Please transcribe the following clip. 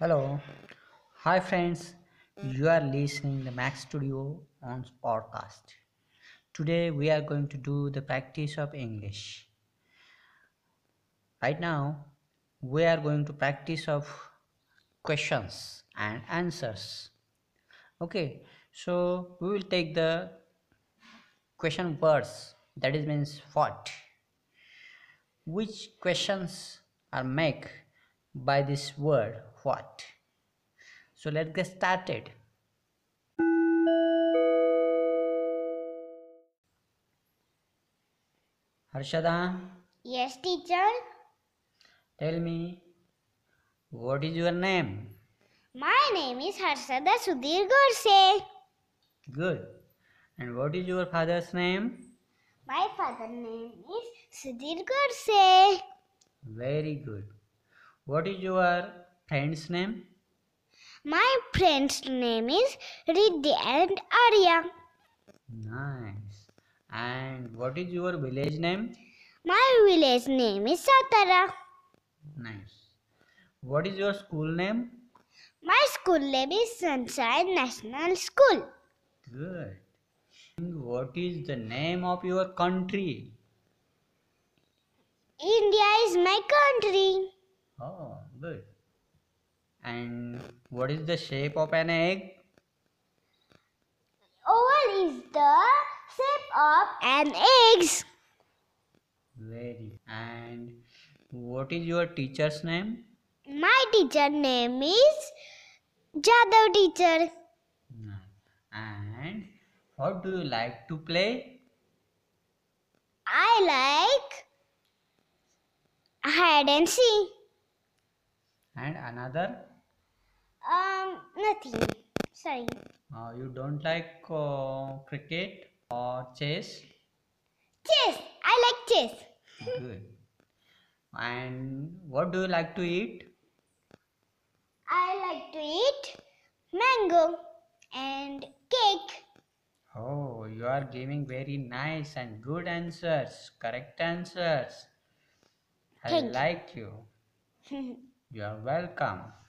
Hello. Hi friends. You are listening the Max Studio on podcast. Today we are going to do the practice of English. Right now we are going to practice of questions and answers. Okay. So we will take the question words that is means what which questions are make by this word what so let's get started harshada Yes, teacher. tell me what is your name My name is Harshada Sudhir Gorse. good and what is your father's name My father name is Sudhir Gorse. very good what is your friend's name My friend's name is Riddhi and Arya. nice and what is your village name My village name is Satara. nice what is your school name My school name is Sunshine National School. Good. And what is the name of your country? India is my country. Oh, good. And what is the shape of an egg? Oval is the shape of an eggs. Very. And what is your teacher's name? My teacher name is Jadav teacher. No. And what do you like to play? I like hide and seek. And another? Um, nothing. Sorry. Uh, you don't like uh, cricket or chess? Chess. I like chess. Good. And what do you like to eat? I like to eat mango and cake. Oh, you are giving very nice and good answers, correct answers. I Thank you. like you. You are welcome.